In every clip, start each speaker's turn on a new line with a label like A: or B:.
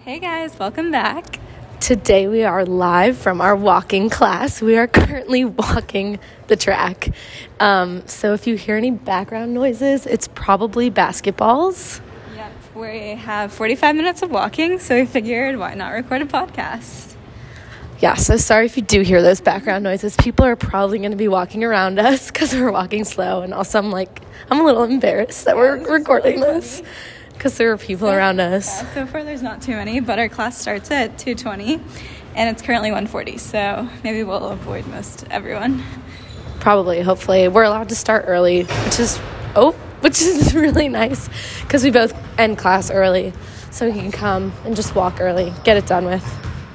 A: Hey guys, welcome back.
B: Today we are live from our walking class. We are currently walking the track. Um, so if you hear any background noises, it's probably basketballs.
A: Yep, we have 45 minutes of walking, so we figured why not record a podcast?
B: Yeah, so sorry if you do hear those background noises. People are probably going to be walking around us because we're walking slow. And also, I'm like, I'm a little embarrassed that we're
A: this is
B: recording
A: really
B: this because there are people around us.
A: Yeah, so far there's not too many, but our class starts at 2:20 and it's currently 1:40, so maybe we'll avoid most everyone.
B: Probably, hopefully. We're allowed to start early, which is, oh, which is really nice because we both end class early. So we can come and just walk early, get it done with.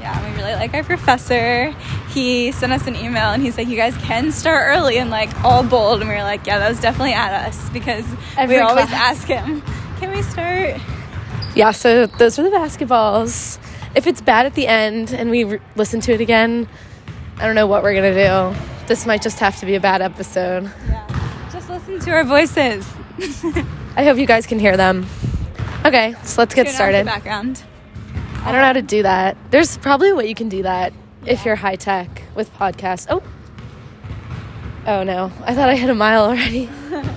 A: Yeah, and we really like our professor. He sent us an email and he's like, "You guys can start early," and like all bold, and we were like, "Yeah, that was definitely at us because
B: Every
A: we always
B: class.
A: ask him, can we start?"
B: Yeah, so those are the basketballs. If it's bad at the end and we re- listen to it again, I don't know what we're going to do. This might just have to be a bad episode.
A: Yeah, just listen to our voices.
B: I hope you guys can hear them. Okay, so let's
A: Tune
B: get
A: out the
B: started. I
A: background.
B: don't know how to do that. There's probably a way you can do that if you're high tech with podcasts. Oh. Oh no. I thought I hit a mile already.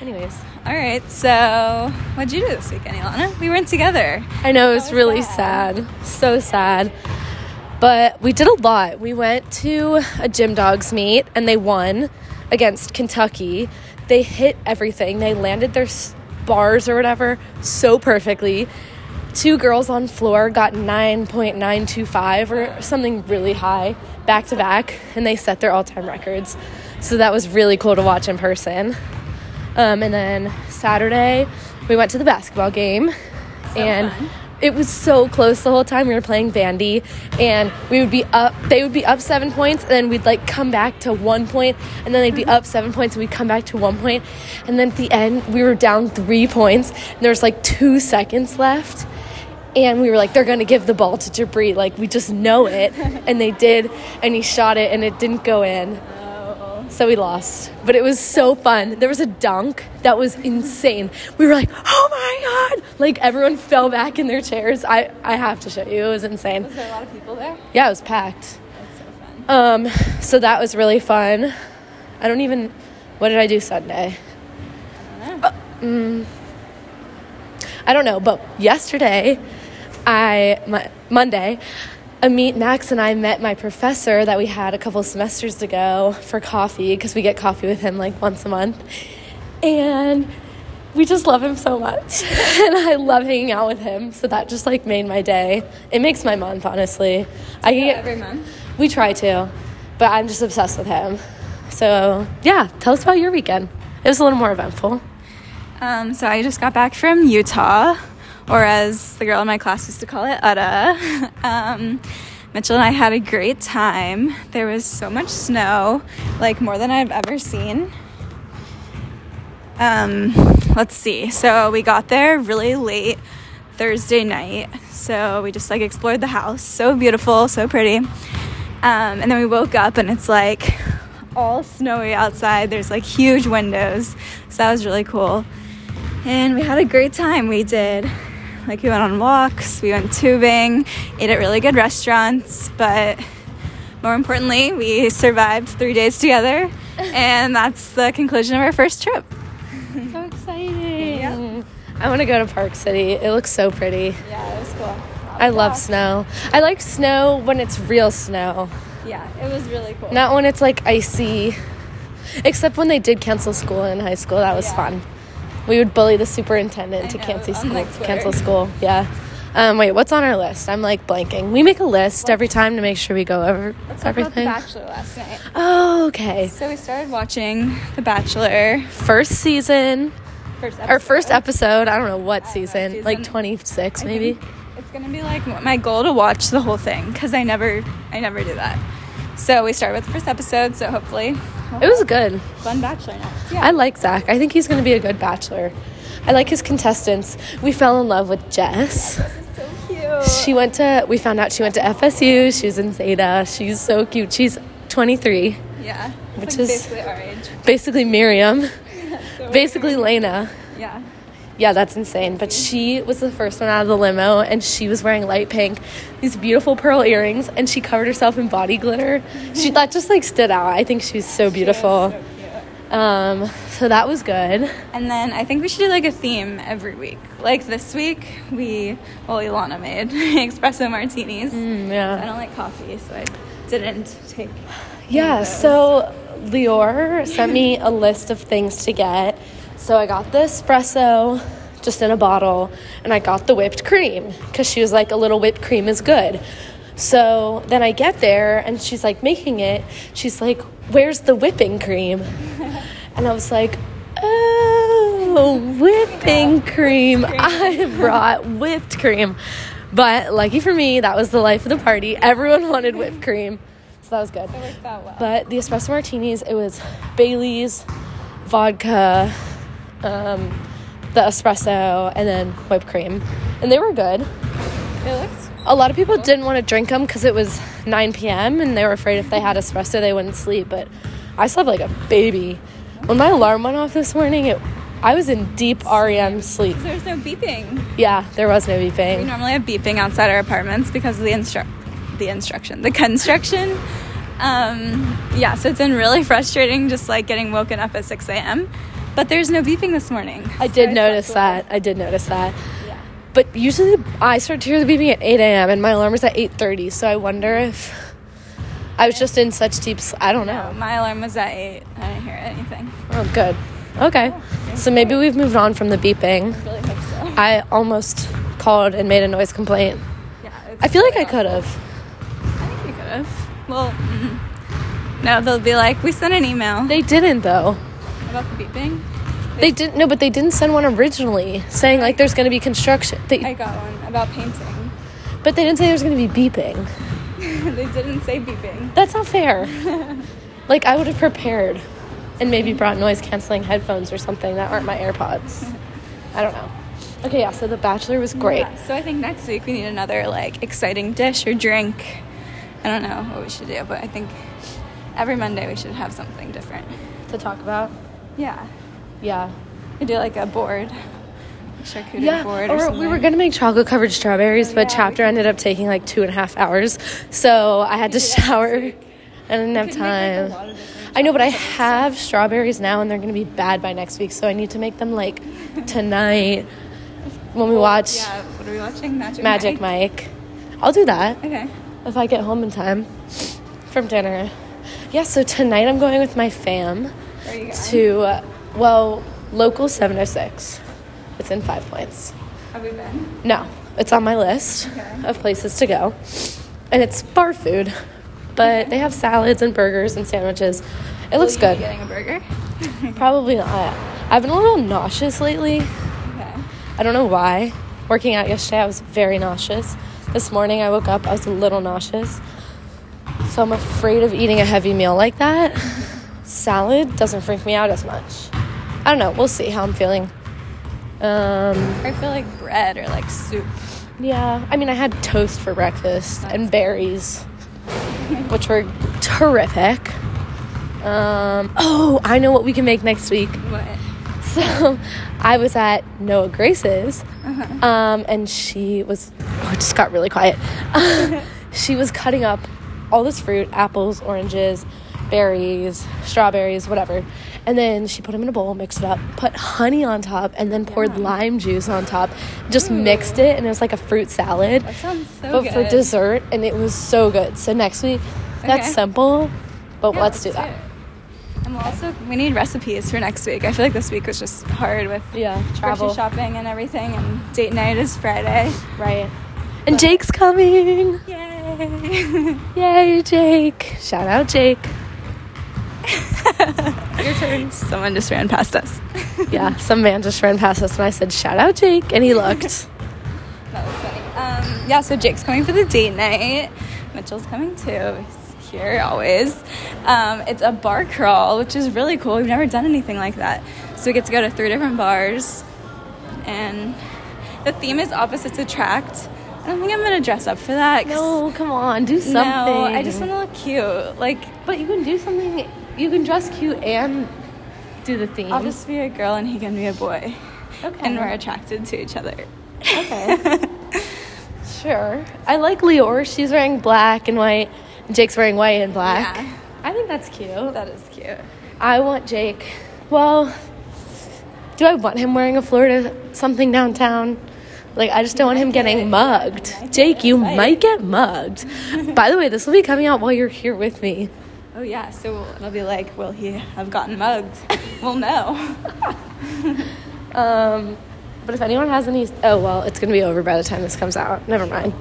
B: Anyways,
A: All right, so what'd you do this weekend, Ilana? We weren't together.
B: I know it's
A: was
B: really
A: sad.
B: sad. So sad. But we did a lot. We went to a gym dogs meet and they won against Kentucky. They hit everything. They landed their s- bars or whatever so perfectly. Two girls on floor got 9.925 or something really high back to back and they set their all-time records. So that was really cool to watch in person. Um, and then Saturday, we went to the basketball game, and
A: fun.
B: it was so close the whole time. We were playing Vandy, and we would be up. They would be up seven points, and then we'd like come back to one point, and then they'd be up seven points, and we'd come back to one point, and then at the end, we were down three points, and there was like two seconds left. And we were like, they're gonna give the ball to Jabri. Like, we just know it. And they did. And he shot it, and it didn't go in. So we lost, but it was so fun. There was a dunk that was insane. We were like, "Oh my god!" Like everyone fell back in their chairs. I I have to show you. It was insane.
A: Was there a lot of people there?
B: Yeah, it was packed.
A: That's so fun.
B: Um, so that was really fun. I don't even. What did I do Sunday? Uh, mm, I don't know, but yesterday, I my, Monday, Amit Max and I met my professor that we had a couple semesters ago for coffee because we get coffee with him like once a month, and we just love him so much, and I love hanging out with him. So that just like made my day. It makes my month honestly. I can
A: Yeah,
B: get
A: every month.
B: we try to, but I'm just obsessed with him. So, yeah, tell us about your weekend. It was a little more eventful.
A: Um, so I just got back from Utah, or as the girl in my class used to call it, Utta. Um, Mitchell and I had a great time. There was so much snow, like more than I've ever seen. Um, let's see. So we got there really late Thursday night. So we just like explored the house. So beautiful, so pretty. Um, and then we woke up and it's like all snowy outside. There's like huge windows. So that was really cool. And we had a great time. We did like we went on walks, we went tubing, ate at really good restaurants, but more importantly, we survived 3 days together. And that's the conclusion of our first trip.
B: So exciting. I want to go to Park City. It looks so pretty.
A: Yeah, it was cool.
B: I love snow. I like snow when it's real snow,
A: Yeah, it was really cool.
B: not when it's like icy. Except when they did cancel school in high school, that was
A: Yeah.
B: fun. We would bully the superintendent
A: I
B: to
A: know,
B: cancel
A: on,
B: school.
A: like, Twitter.
B: cancel school, yeah. Um, wait, what's on our list? I'm like blanking. We make a list every time to make sure we go over everything.
A: Bachelor last night.
B: Oh, okay.
A: So we started watching The Bachelor.
B: First season,
A: First episode.
B: our first episode. I don't know what season, like
A: season.
B: 26
A: I
B: maybe.
A: think It's gonna be like my goal to watch the whole thing because I never, I never do that. So we start with the first episode. So hopefully, we'll
B: It was good.
A: have fun Bachelor next. Yeah.
B: I like Zach. I think he's going to be a good bachelor. I like his contestants. We fell in love with Jess.
A: so cute.
B: She went to, we found out she went to FSU. She was in Zeta. She's so cute. She's 23.
A: Yeah. It's
B: Which
A: like
B: is-
A: basically our age.
B: Basically, Miriam.
A: So
B: Basically, Lena.
A: Yeah.
B: Yeah, that's insane. But she was the first one out of the limo, and she was wearing light pink, these beautiful pearl earrings, and she covered herself in body glitter. She that just like stood out. I think she was so beautiful.
A: So cute.
B: Um, so that was good.
A: And then I think we should do like a theme every week. Like this week, we, well, Ilana made espresso martinis.
B: Mm,
A: I
B: yeah.
A: don't like coffee, so I didn't take.
B: Yeah, so Lior sent me a list of things to get. So I got the espresso just in a bottle, and I got the whipped cream because she was like, a little whipped cream is good. So then I get there, and she's like making it. She's like, Where's the whipping cream? And I was like, Oh, whipping cream. I brought whipped cream. But lucky for me, that was the life of the party. Everyone wanted whipped cream. So that was good.
A: worked out well.
B: But the espresso martinis, it was Bailey's, vodka, um, the espresso, and then whipped cream. And they were good.
A: It looks.
B: A lot of people didn't want to drink them because it was 9 p.m. and they were afraid if they had espresso they wouldn't sleep. But I slept like a baby. When my alarm went off this morning, it, I was in deep REM sleep.
A: There's no beeping.
B: Yeah, there was no
A: We
B: beeping.
A: normally have beeping outside our apartments because of the instruct, the instruction, the construction. Um, yeah, so it's been really frustrating just like getting woken up at 6 a.m. But there's no beeping this morning.
B: I did notice that. I did notice that.
A: Yeah.
B: But usually I start to hear the beeping at 8 a.m. and my alarm is at 8:30. So I wonder if I was just in such deep. Sl- I don't
A: No,
B: know.
A: Oh, my alarm was at 8. I didn't hear anything.
B: Oh, good. Okay. So maybe we've moved on from the beeping.
A: Really hope so.
B: I almost called and made a noise complaint.
A: Yeah, it's
B: I feel like I
A: really
B: could have.
A: awful. I think you could have. Well, mm. no, they'll be like, we sent an email
B: They didn't though.
A: about the beeping.
B: They didn't. No, but they didn't send one originally saying like there's going to be construction.
A: I
B: They,
A: got one about painting.
B: but they didn't say there's going to be beeping.
A: they didn't say beeping.
B: That's not fair. like I would have prepared, and maybe brought noise canceling headphones or something that aren't my AirPods. I don't know. Okay, yeah. So the Bachelor was great.
A: Yeah, so I think next week we need another like exciting dish or drink. I don't know what we should do, but I think every Monday we should have something different.
B: To talk about.
A: Yeah,
B: Yeah.
A: we do like a board, a charcuterie
B: Yeah,
A: board,
B: or,
A: or,
B: we were
A: something.
B: gonna make chocolate covered strawberries,
A: Oh,
B: but
A: yeah,
B: chapter ended up taking like two and a half hours, so I had to shower. I didn't have
A: could make, like, a
B: time.
A: lot of different
B: I know, but I have strawberries now, and they're gonna be bad by next week, so I need to make them like tonight when we watch
A: Yeah, what are we watching? Magic.
B: Magic
A: Mike.
B: Mike. I'll do that
A: Okay.
B: if I get home in time from dinner. Yeah, so tonight I'm going with my fam
A: There you go.
B: to uh, well local 706. It's in Five Points.
A: Have we been?
B: No, it's on my list
A: Okay.
B: of places to go. And it's bar food, but they have salads and burgers and sandwiches. It looks
A: Will you be
B: good.
A: Getting a burger.
B: Probably not. I've been a little nauseous lately.
A: Okay.
B: I don't know why. Working out yesterday, I was very nauseous. This morning, I woke up, I was a little nauseous. So I'm afraid of eating a heavy meal like that. Salad doesn't freak me out as much. I don't know. We'll see how I'm feeling. Um,
A: I feel like bread or like soup.
B: Yeah, I mean, I had toast for breakfast and berries, which were terrific. Um, oh, I know what we can make next week.
A: What?
B: So I was at Noah Grace's,
A: Uh-huh.
B: um, and she was, oh, it just got really quiet. Um, she was cutting up all this fruit apples, oranges, berries, strawberries, whatever. And then she put them in a bowl, mixed it up, put honey on top, and then poured lime juice on top. Just mixed it, and it was like a fruit salad.
A: That sounds so
B: but
A: good.
B: for dessert, and it was so good. So next week, that's
A: Okay.
B: simple, but
A: Yeah,
B: let's do that.
A: it. I'm also we need recipes for next week. I feel like this week was just hard with
B: Yeah, travel.
A: grocery shopping and everything, and date night is Friday.
B: Right. And Jake's coming.
A: Yay!
B: Yay, Jake. Shout out, Jake.
A: Your turn. Someone just ran past us.
B: Yeah, some man just ran past us and I said, Shout out, Jake. And he looked.
A: That was funny. Um, yeah, so Jake's coming for the date night. Mitchell's coming too. He's here always. Um, it's a bar crawl, which is really cool. We've never done anything like that. So we get to go to three different bars, and the theme is opposites attract. I don't think I'm gonna dress up for that. 'cause-
B: No, come on, do something.
A: No, I just want to look cute. Like,
B: But you can do something. You can dress cute and do the theme.
A: I'll just be a girl and he can be a boy.
B: Okay.
A: and we're attracted to each other.
B: Okay. sure. I like Lior. She's wearing black and white. Jake's wearing white and black.
A: Yeah.
B: I think that's cute.
A: That is cute.
B: I want Jake. Well, do I want him wearing a Florida something downtown? Like, I just don't want him getting mugged. Jake, you might get mugged. By the way, this will be coming out while you're here with me.
A: Oh yeah, so it'll be like, will he have gotten mugged? well, no.
B: Um, but if anyone has any, oh well, it's gonna be over by the time this comes out. Never mind.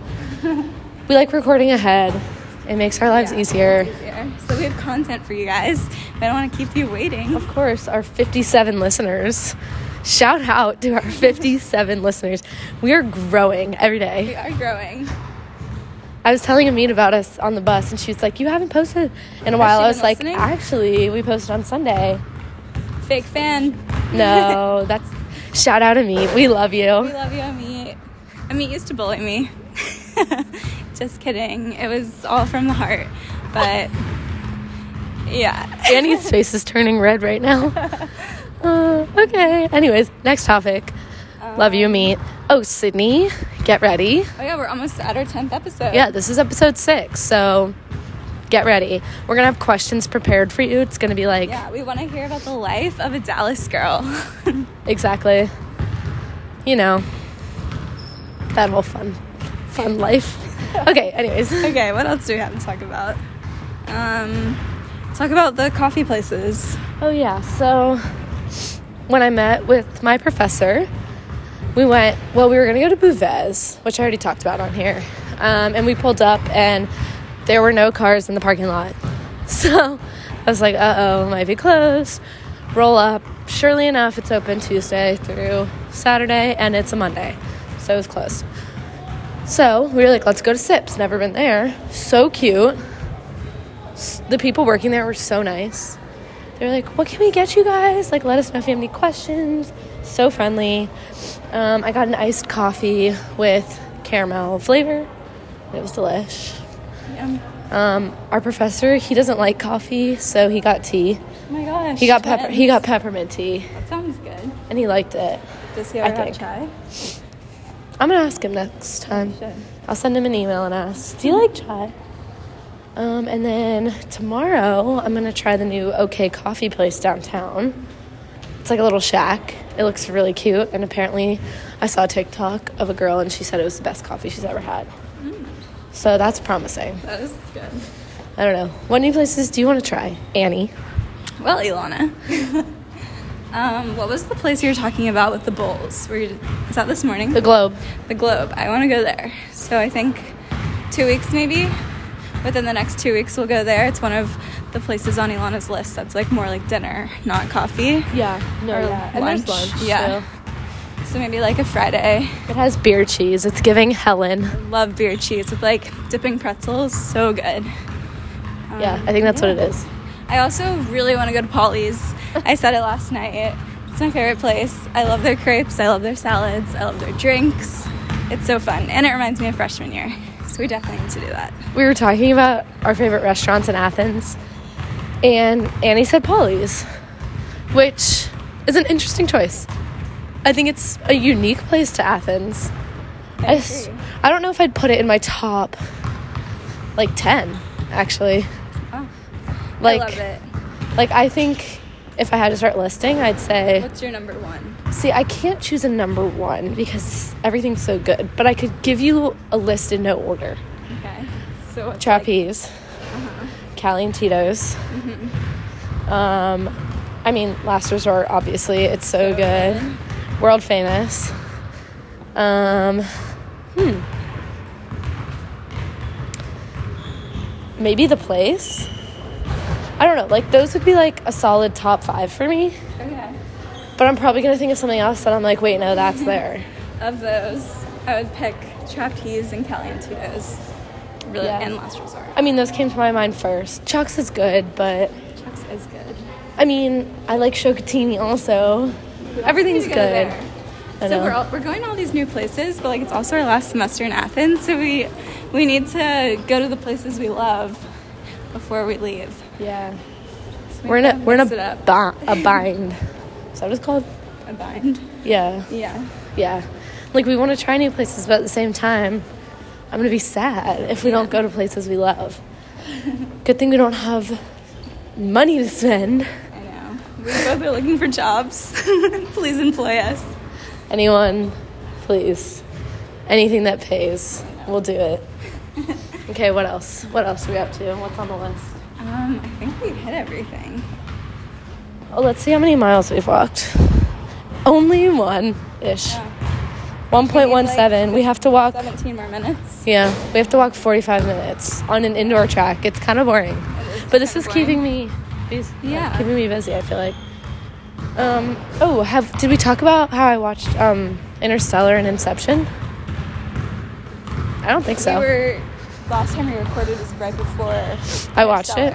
B: we like recording ahead. It makes our lives
A: Yeah.
B: easier.
A: Easier. So we have content for you guys. I don't want to keep you waiting.
B: Of course, our 57 listeners. Shout out to our 57 listeners. We are growing every day.
A: We are growing.
B: I was telling Amin about us on the bus, and she was like, "You haven't posted in a while."
A: she
B: I was
A: been
B: like,
A: listening?
B: "Actually, we posted on Sunday."
A: Fake fan.
B: No, that's shout out to me. We love
A: We
B: you.
A: love you, Amit. Amit used to bully me. Just kidding. It was all from the heart. But yeah.
B: Annie's face is turning red right now. Uh, okay. Anyways, next topic. love you, Amit. Oh, Sydney, get ready.
A: Oh yeah, we're almost at our tenth episode.
B: Yeah, this is episode six, so get ready. We're gonna have questions prepared for you. It's gonna be like
A: Yeah, we want to hear about the life of a Dallas girl.
B: exactly, you know, that whole fun, fun life. Okay. Anyways.
A: okay, what else do we have to talk about? Um, talk about the coffee places.
B: Oh, yeah. So when I met with my professor, we went, well, we were going to go to Bouvet's, which I already talked about on here. Um, and we pulled up, and there were no cars in the parking lot. So I was like, uh oh, might be closed. Roll up. Surely enough, it's open Tuesday through Saturday, and it's a Monday. So it was closed. So we were like, let's go to Sips. Never been there. So cute. S- The people working there were so nice. They were like, what can we get you guys? Like, let us know if you have any questions. So friendly. Um, I got an iced coffee with caramel flavor. It was delish.
A: Yeah.
B: Um, our professor, he doesn't like coffee, so he got tea.
A: Oh my gosh.
B: He got
A: twins.
B: pepper. He got peppermint tea,
A: That sounds good.
B: and he liked it.
A: Does he
B: I
A: ever have
B: think.
A: chai?
B: I'm gonna ask him next time.
A: should.
B: I'll send him an email and ask, "Do you like chai?" Um, and then tomorrow, I'm gonna try the new OK Coffee place downtown. It's like a little shack. It looks really cute, and apparently, I saw a TikTok of a girl, and she said it was the best coffee she's ever had. So that's promising.
A: That is good.
B: I don't know. What new places do you want to try, Annie?
A: Well, Ilana. um, what was the place you were talking about with the bowls? Were you, is that this morning?
B: The Globe.
A: the Globe. I want to go there. So I think two weeks maybe. Within the next two weeks, we'll go there. It's one of the places on Ilana's list that's like more like dinner, not coffee.
B: Yeah. No.
A: Or
B: yeah. And there's
A: lunch.
B: lunch.
A: Yeah. So maybe like a Friday.
B: so. It has beer cheese. It's giving Helen.
A: Love beer cheese with like dipping pretzels. So good. Um,
B: Um, yeah. I think that's what it is.
A: I also really want to go to Polly's. I said it last night. It's my favorite place. I love their crepes. I love their salads. I love their drinks. It's so fun. And it reminds me of freshman year. So we definitely need to do that.
B: we were talking about our favorite restaurants in Athens, and Annie said Polly's, which is an interesting choice. I think it's a unique place to Athens. I, s-
A: agree.
B: I don't know if I'd put it in my top like 10, actually.
A: Oh,
B: Like,
A: I love it.
B: like I think if I had to start listing, I'd say
A: What's your number one?
B: See, I can't choose a number one because everything's so good, but I could give you a list in no order.
A: Okay. So what's uh-huh.
B: Trapeze, Cali and Tito's. Um, I mean, Last Resort, obviously, it's so,
A: So
B: good. World famous. Um, hmm. Maybe the place. I don't know. Like those would be like a solid top five for me.
A: like- okay.
B: But I'm probably gonna think of something else that I'm like, wait, no, that's there.
A: Of those, I would pick trapeze and Cali and Tito's. Really,
B: Yeah.
A: and last resort.
B: I mean, those came to my mind first. Chuck's is good, but
A: Chuck's is good.
B: I mean, I like Shokatini also. Everything's
A: We
B: good.
A: need to go there. So
B: I know.
A: we're all, we're going to all these new places, but like it's also our last semester in Athens, so we we need to go to the places we love before we leave.
B: yeah.
A: So
B: We're in a
A: maybe
B: we're in
A: mix it
B: a,
A: up.
B: bi- a bind. Is that what it's called?
A: a bind.
B: Yeah.
A: Yeah.
B: Yeah. Like we want to try new places, but at the same time, I'm gonna be sad if we don't go to places we love. Good thing we don't have money to spend.
A: I know. We both are looking for jobs. Please employ us.
B: Anyone, please. Anything that pays, we'll do it. okay, what else? What else are we up to? What's on the list?
A: Um, I think we hit everything.
B: Oh, let's see how many miles we've walked. Only one ish.
A: Yeah.
B: 1.17. We have to walk.
A: 17 more minutes.
B: Yeah, we have to walk 45 minutes on an indoor track. It's kind of boring, but this is
A: kinda boring.
B: keeping me, bus- like,
A: Yeah.
B: keeping me busy. I feel like. Um. Oh, have did we talk about how I watched um Interstellar and Inception? I don't think so.
A: We were last time we recorded was right before.
B: I watched it.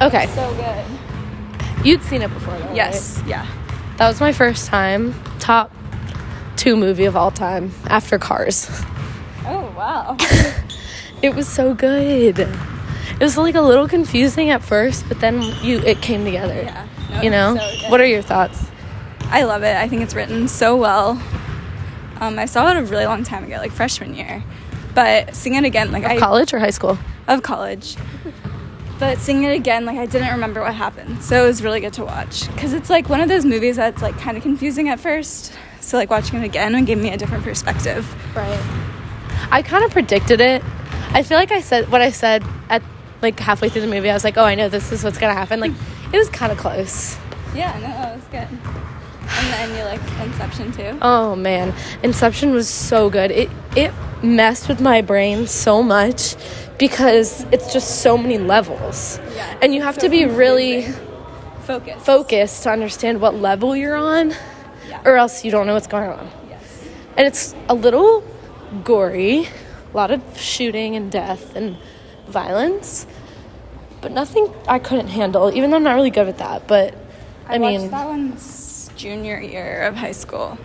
A: Interstellar.
B: okay,
A: So good.
B: you'd seen it before, though.
A: Yes. Yeah.
B: right? that was my first time. Top two movie of all time after Cars.
A: Oh wow.
B: It was so good. It was like a little confusing at first, but then you it came together.
A: Yeah. No,
B: you
A: it's
B: know.
A: so good.
B: what are your thoughts?
A: I love it. I think it's written so well. Um, I saw it a really long time ago, like freshman year, but seeing it again, like I
B: College or high school?
A: of college. But seeing it again, like I didn't remember what happened, so it was really good to watch because it's like one of those movies that's like kind of confusing at first. So like watching it again gave me a different perspective.
B: Right. I kind of predicted it. I feel like I said what I said at like halfway through the movie. I was like, "Oh, I know this is what's gonna happen." Like, it was kind of close.
A: Yeah, no, that was good. And then you like Inception too.
B: Oh man, Inception was so good. It it messed with my brain so much because it's just so many levels,
A: Yeah.
B: and you have
A: So
B: to be really.
A: Focus.
B: focus Er, to understand what level you're on,
A: Yeah.
B: or else you don't know what's going on.
A: Yes.
B: And it's a little gory, a lot of shooting and death and violence, but nothing I couldn't handle, even though I'm not really good at that. But I,
A: I,
B: mean,
A: watched that one's junior year of high school,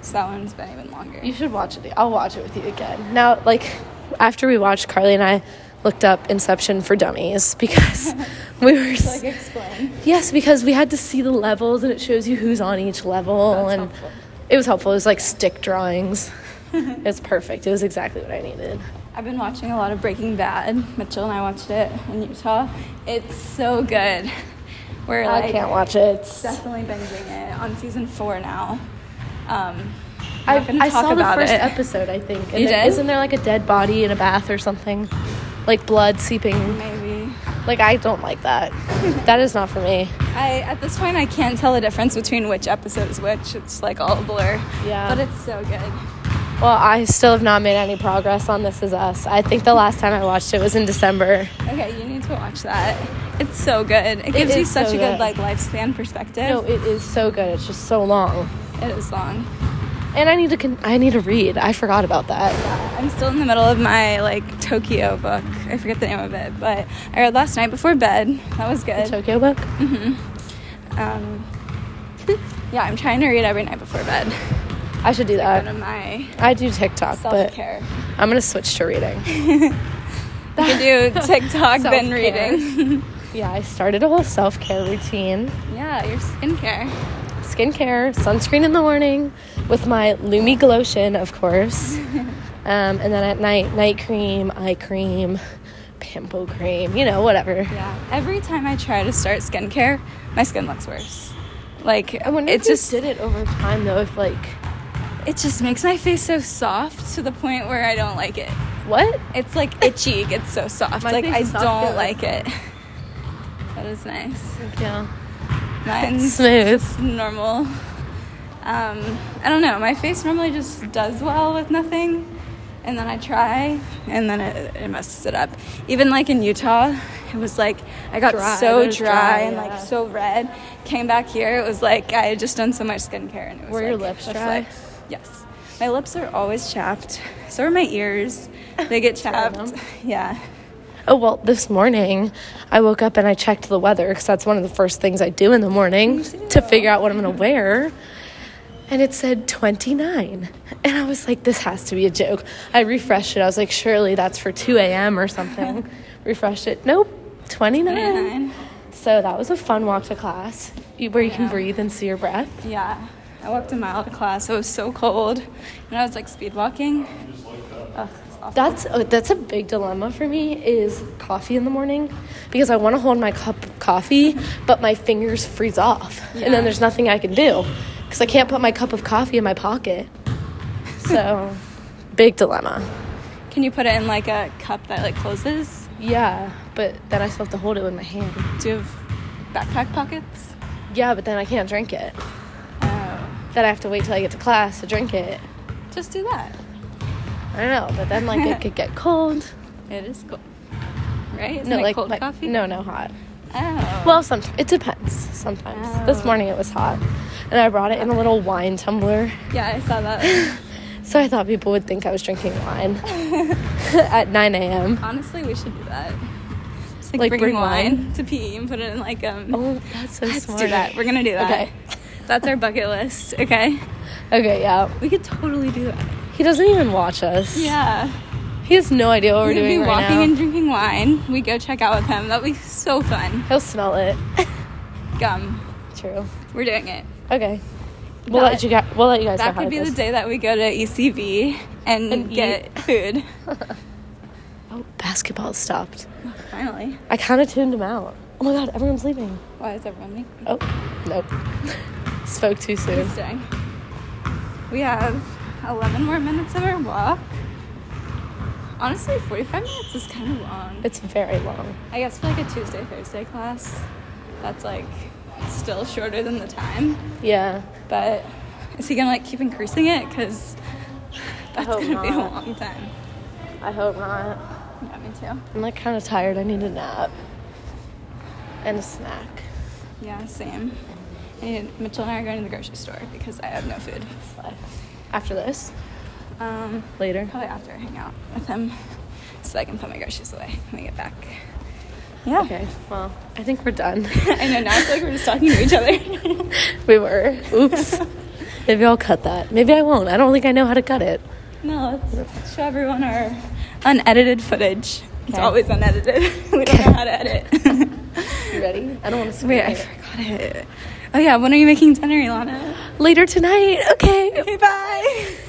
A: so that one's been even longer.
B: you should watch it. I'll watch it with you again. Now, like, after we watched, Carly and I looked up Inception for Dummies because we were. s-
A: Like explain.
B: Yes, because we had to see the levels and it shows you who's on each level and
A: helpful.
B: it was helpful. It was like stick drawings. it was perfect. It was exactly what I needed.
A: I've been watching a lot of Breaking Bad. Mitchell and I watched it in Utah. It's so good. We're like
B: I can't watch it.
A: definitely binging it on season four now. Um, I'm
B: I,
A: not gonna
B: I
A: talk
B: saw the
A: about
B: first
A: it.
B: episode, I think. And
A: You
B: there,
A: did?
B: Isn't there like a dead body in a bath or something? Like blood seeping.
A: Maybe
B: Like I don't like that. that is not for me.
A: I at this point I can't tell the difference between which episode is which. It's like all a blur.
B: Yeah.
A: But it's so good.
B: Well, I still have not made any progress on This Is Us. I think the last time I watched it was in December.
A: Okay, you need to watch that. It's so good. It gives you
B: is
A: such
B: so
A: a good,
B: good.
A: like lifespan perspective.
B: No, it is so good. It's just so long.
A: it is long.
B: And I need to con- I need to read. I forgot about that.
A: I'm still in the middle of my like Tokyo book. I forget the name of it, but I read last night before bed. That was
B: The
A: good.
B: Tokyo book.
A: Um, yeah, I'm trying to read every night before bed.
B: I should do
A: One
B: that.
A: of my
B: I do TikTok,
A: self care.
B: but I'm gonna switch to reading.
A: You can do TikTok then
B: Self-care.
A: reading.
B: yeah, I started a whole self care routine,
A: Yeah, your skincare.
B: skincare, sunscreen in the morning, with my Lumi Glotion, of course, um, and then at night, night cream, eye cream, pimple cream, you know, whatever.
A: Yeah. Every time I try to start skincare, my skin looks worse. Like
B: I wonder
A: it
B: if
A: just
B: just did it over time though. If like
A: it just makes my face so soft to the point where I don't like it.
B: what?
A: It's like itchy. It's so soft.
B: My
A: like
B: face
A: I
B: is soft,
A: don't
B: too.
A: like it. That is nice.
B: Yeah,
A: Mine's
B: smooth.
A: normal. Um, I don't know. My face normally just does well with nothing, and then I try, and then it, it messes it up. Even like in Utah, it was like I got
B: Dry,
A: so
B: it
A: dry,
B: was dry,
A: and
B: yeah.
A: like so red. Came back here, it was like I had just done so much skincare, and it was
B: Were
A: like,
B: your lips
A: that's
B: dry?
A: like- yes, my lips are always chapped. So are my ears. They get chapped. Yeah.
B: Oh, well, this morning I woke up and I checked the weather because that's one of the first things I do in the morning to figure out what I'm going to wear. And it said 29. And I was like, this has to be a joke. I refreshed it. I was like, surely that's for 2 a.m. or something. refreshed it. Nope, 29.
A: 29.
B: So that was a fun walk to class you- where you can breathe and see your breath.
A: Yeah. I walked a mile to class. It was so cold, and I was like speed walking. Ugh, it's awful.
B: That's oh, that's a big dilemma for me is coffee in the morning because I want to hold my cup of coffee, but my fingers freeze off, and
A: Yeah.
B: then there's nothing I can do because I can't put my cup of coffee in my pocket. So, big dilemma.
A: Can you put it in like a cup that like closes?
B: Yeah, but then I still have to hold it with my hand.
A: Do you have backpack pockets?
B: Yeah, but then I can't drink it.
A: Oh,
B: Then I have to wait till I get to class to drink it.
A: just do that.
B: I don't know, but then like it could get cold.
A: It is cool, right? Isn't it cold
B: like-
A: coffee?
B: No, no, hot.
A: Oh.
B: Well, sometimes it depends. Sometimes this
A: Oh.
B: morning it was hot, and I brought it in a little wine tumbler,
A: yeah, I saw that.
B: so I thought people would think I was drinking wine at 9 a.m.
A: Honestly, we should do that. Just like,
B: Like,
A: bringing
B: bring
A: wine, to PE and put it in like um.
B: Oh, that's so
A: Let's
B: smart.
A: do that. We're gonna do that.
B: Okay.
A: That's our bucket list. Okay.
B: Okay, yeah.
A: We could totally do that.
B: He doesn't even watch us.
A: Yeah.
B: He has no idea what we're
A: gonna
B: doing
A: be
B: right
A: walking
B: now.
A: and drinking wine. We go check out with him. That'll be so fun.
B: He'll smell it.
A: Gum.
B: True.
A: We're doing it.
B: Okay. We'll
A: That-
B: let you guys. We'll let you guys. know
A: That
B: how
A: could
B: it
A: be the
B: goes.
A: day that we go to ECV and,
B: And
A: get food.
B: Oh, basketball stopped.
A: Oh, Finally.
B: I kind of tuned him out. Oh my god, everyone's leaving.
A: Why is everyone making
B: Oh, nope. Spoke too soon.
A: He's doing. We have 11 more minutes of our walk. Honestly, 45 minutes is kind of long.
B: It's very long.
A: I guess for like a Tuesday, Thursday class, that's like still shorter than the time.
B: Yeah.
A: But is he gonna like keep increasing it? Because that's
B: hope
A: gonna be a
B: not.
A: long time.
B: I hope not.
A: Yeah, me too.
B: I'm like kind of tired. I need a nap and a snack.
A: Yeah, same. And Mitchell and I are going to the grocery store because I have no food.
B: So, After this,
A: Um,
B: later.
A: probably after I hang out with him so I can put my groceries away when we get back. Yeah.
B: Okay. Well, I think we're done.
A: I know now I feel like we're just talking to each other.
B: we were. Oops. Maybe I'll cut that. Maybe I won't. I don't think I know how to cut it.
A: no, let's show everyone our unedited footage. It's
B: Okay.
A: always unedited. we don't know how to edit.
B: You ready? I don't want to scream.
A: Wait, I forgot it. Oh yeah, when are you making dinner, Ilana?
B: Later tonight. Okay.
A: Okay, bye.